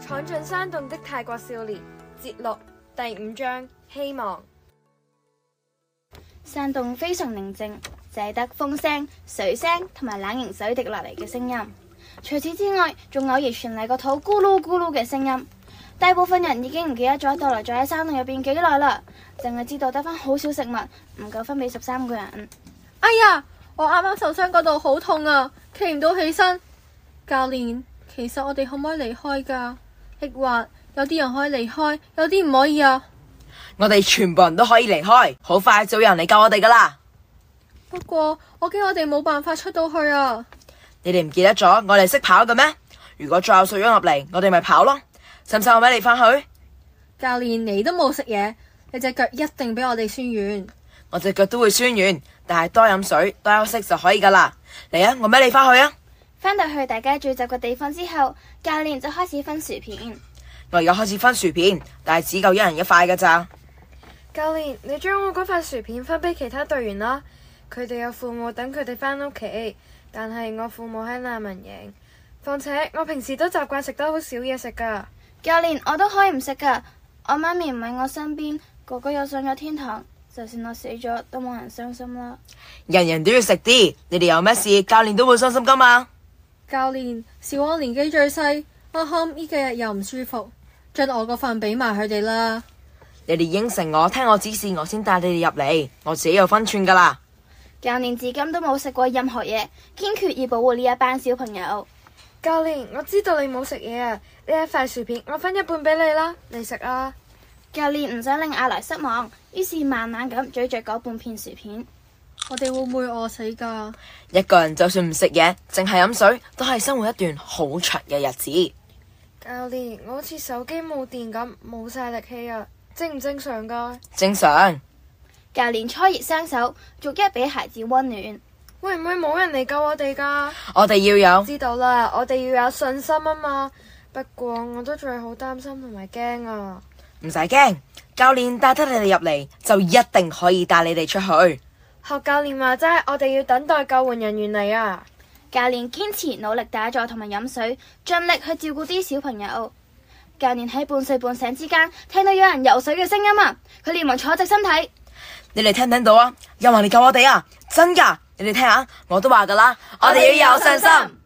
闖進山洞的泰國少年節錄第五章希望。山洞非常寧靜，只係得風聲、水聲同埋冷凝水滴落嚟嘅聲音。除此之外，仲偶然傳嚟個肚咕嚕咕嚕嘅聲音。大部分人已經唔記得咗逗留咗喺山洞入邊幾耐啦，淨係知道得返好少食物，唔夠分俾十三個人。哎呀，我啱啱受傷嗰度好痛啊，企唔到起身。教練，其實我哋可唔可以離開㗎？抑或有啲人可以離開，有啲唔可以啊？我哋全部人都可以離開，好快就有人嚟救我哋噶啦！不過我驚我哋冇辦法出到去啊！你哋唔記得咗我哋識跑嘅咩？如果再有水湧入嚟，我哋咪跑咯。使唔使我孭你返去？教練，你都冇食嘢，你隻腳一定比我哋酸軟。我隻腳都會酸軟，但係多飲水、多休息就可以噶啦。嚟啊，我孭你返去啊！返到去大家聚集嘅地方之後，教練就開始分薯片。我而家開始分薯片，但係只夠一人一塊噶咋。教練，你將我嗰塊薯片分俾其他隊員啦。佢哋有父母等佢哋返屋企，但係我父母喺難民營。況且我平時都習慣食得好少嘢食㗎。教練，我都可以唔食噶。我媽咪唔喺我身邊，哥哥又上咗天堂，就算我死咗都冇人傷心啦。人人都要食啲，你哋有咩事，教練都會傷心噶嘛。教練，小安年紀最細，阿康呢幾日又唔舒服，將我嗰份俾埋佢哋啦。你哋應承我，聽我指示，我先帶你哋入嚟。我自己有分寸噶啦。教練至今都冇食過任何嘢，堅決要保護呢一班小朋友。教練，我知道你冇食嘢啊，呢一塊薯片我分一半俾你啦，你食啊啦。教練唔想令阿來失望，於是慢慢咁咀嚼嗰半片薯片。我哋會唔會餓死㗎？一個人就算唔食嘢，淨係飲水，都係生活一段好長嘅日子。教練，我好似手機冇電咁，冇晒力氣啊，正唔正常㗎？正常，教練搓熱雙手，逐一俾孩子溫暖。會唔會冇人嚟救我哋㗎？我哋要有知道啦，我哋要有信心啊嘛。不過我都仲係好擔心同埋驚啊。唔使驚，教練帶得你哋入嚟，就一定可以帶你哋出去。學教練話齋，我哋要等待救援人員嚟啊！教練堅持努力打坐同埋飲水，盡力去照顧啲小朋友。教練喺半睡半醒之間，聽到有人游水嘅聲音啊！佢連忙坐直身體。你哋聽唔聽到啊？有人嚟救我哋啊！真噶，你哋聽下，我都話噶啦，我哋要有信心。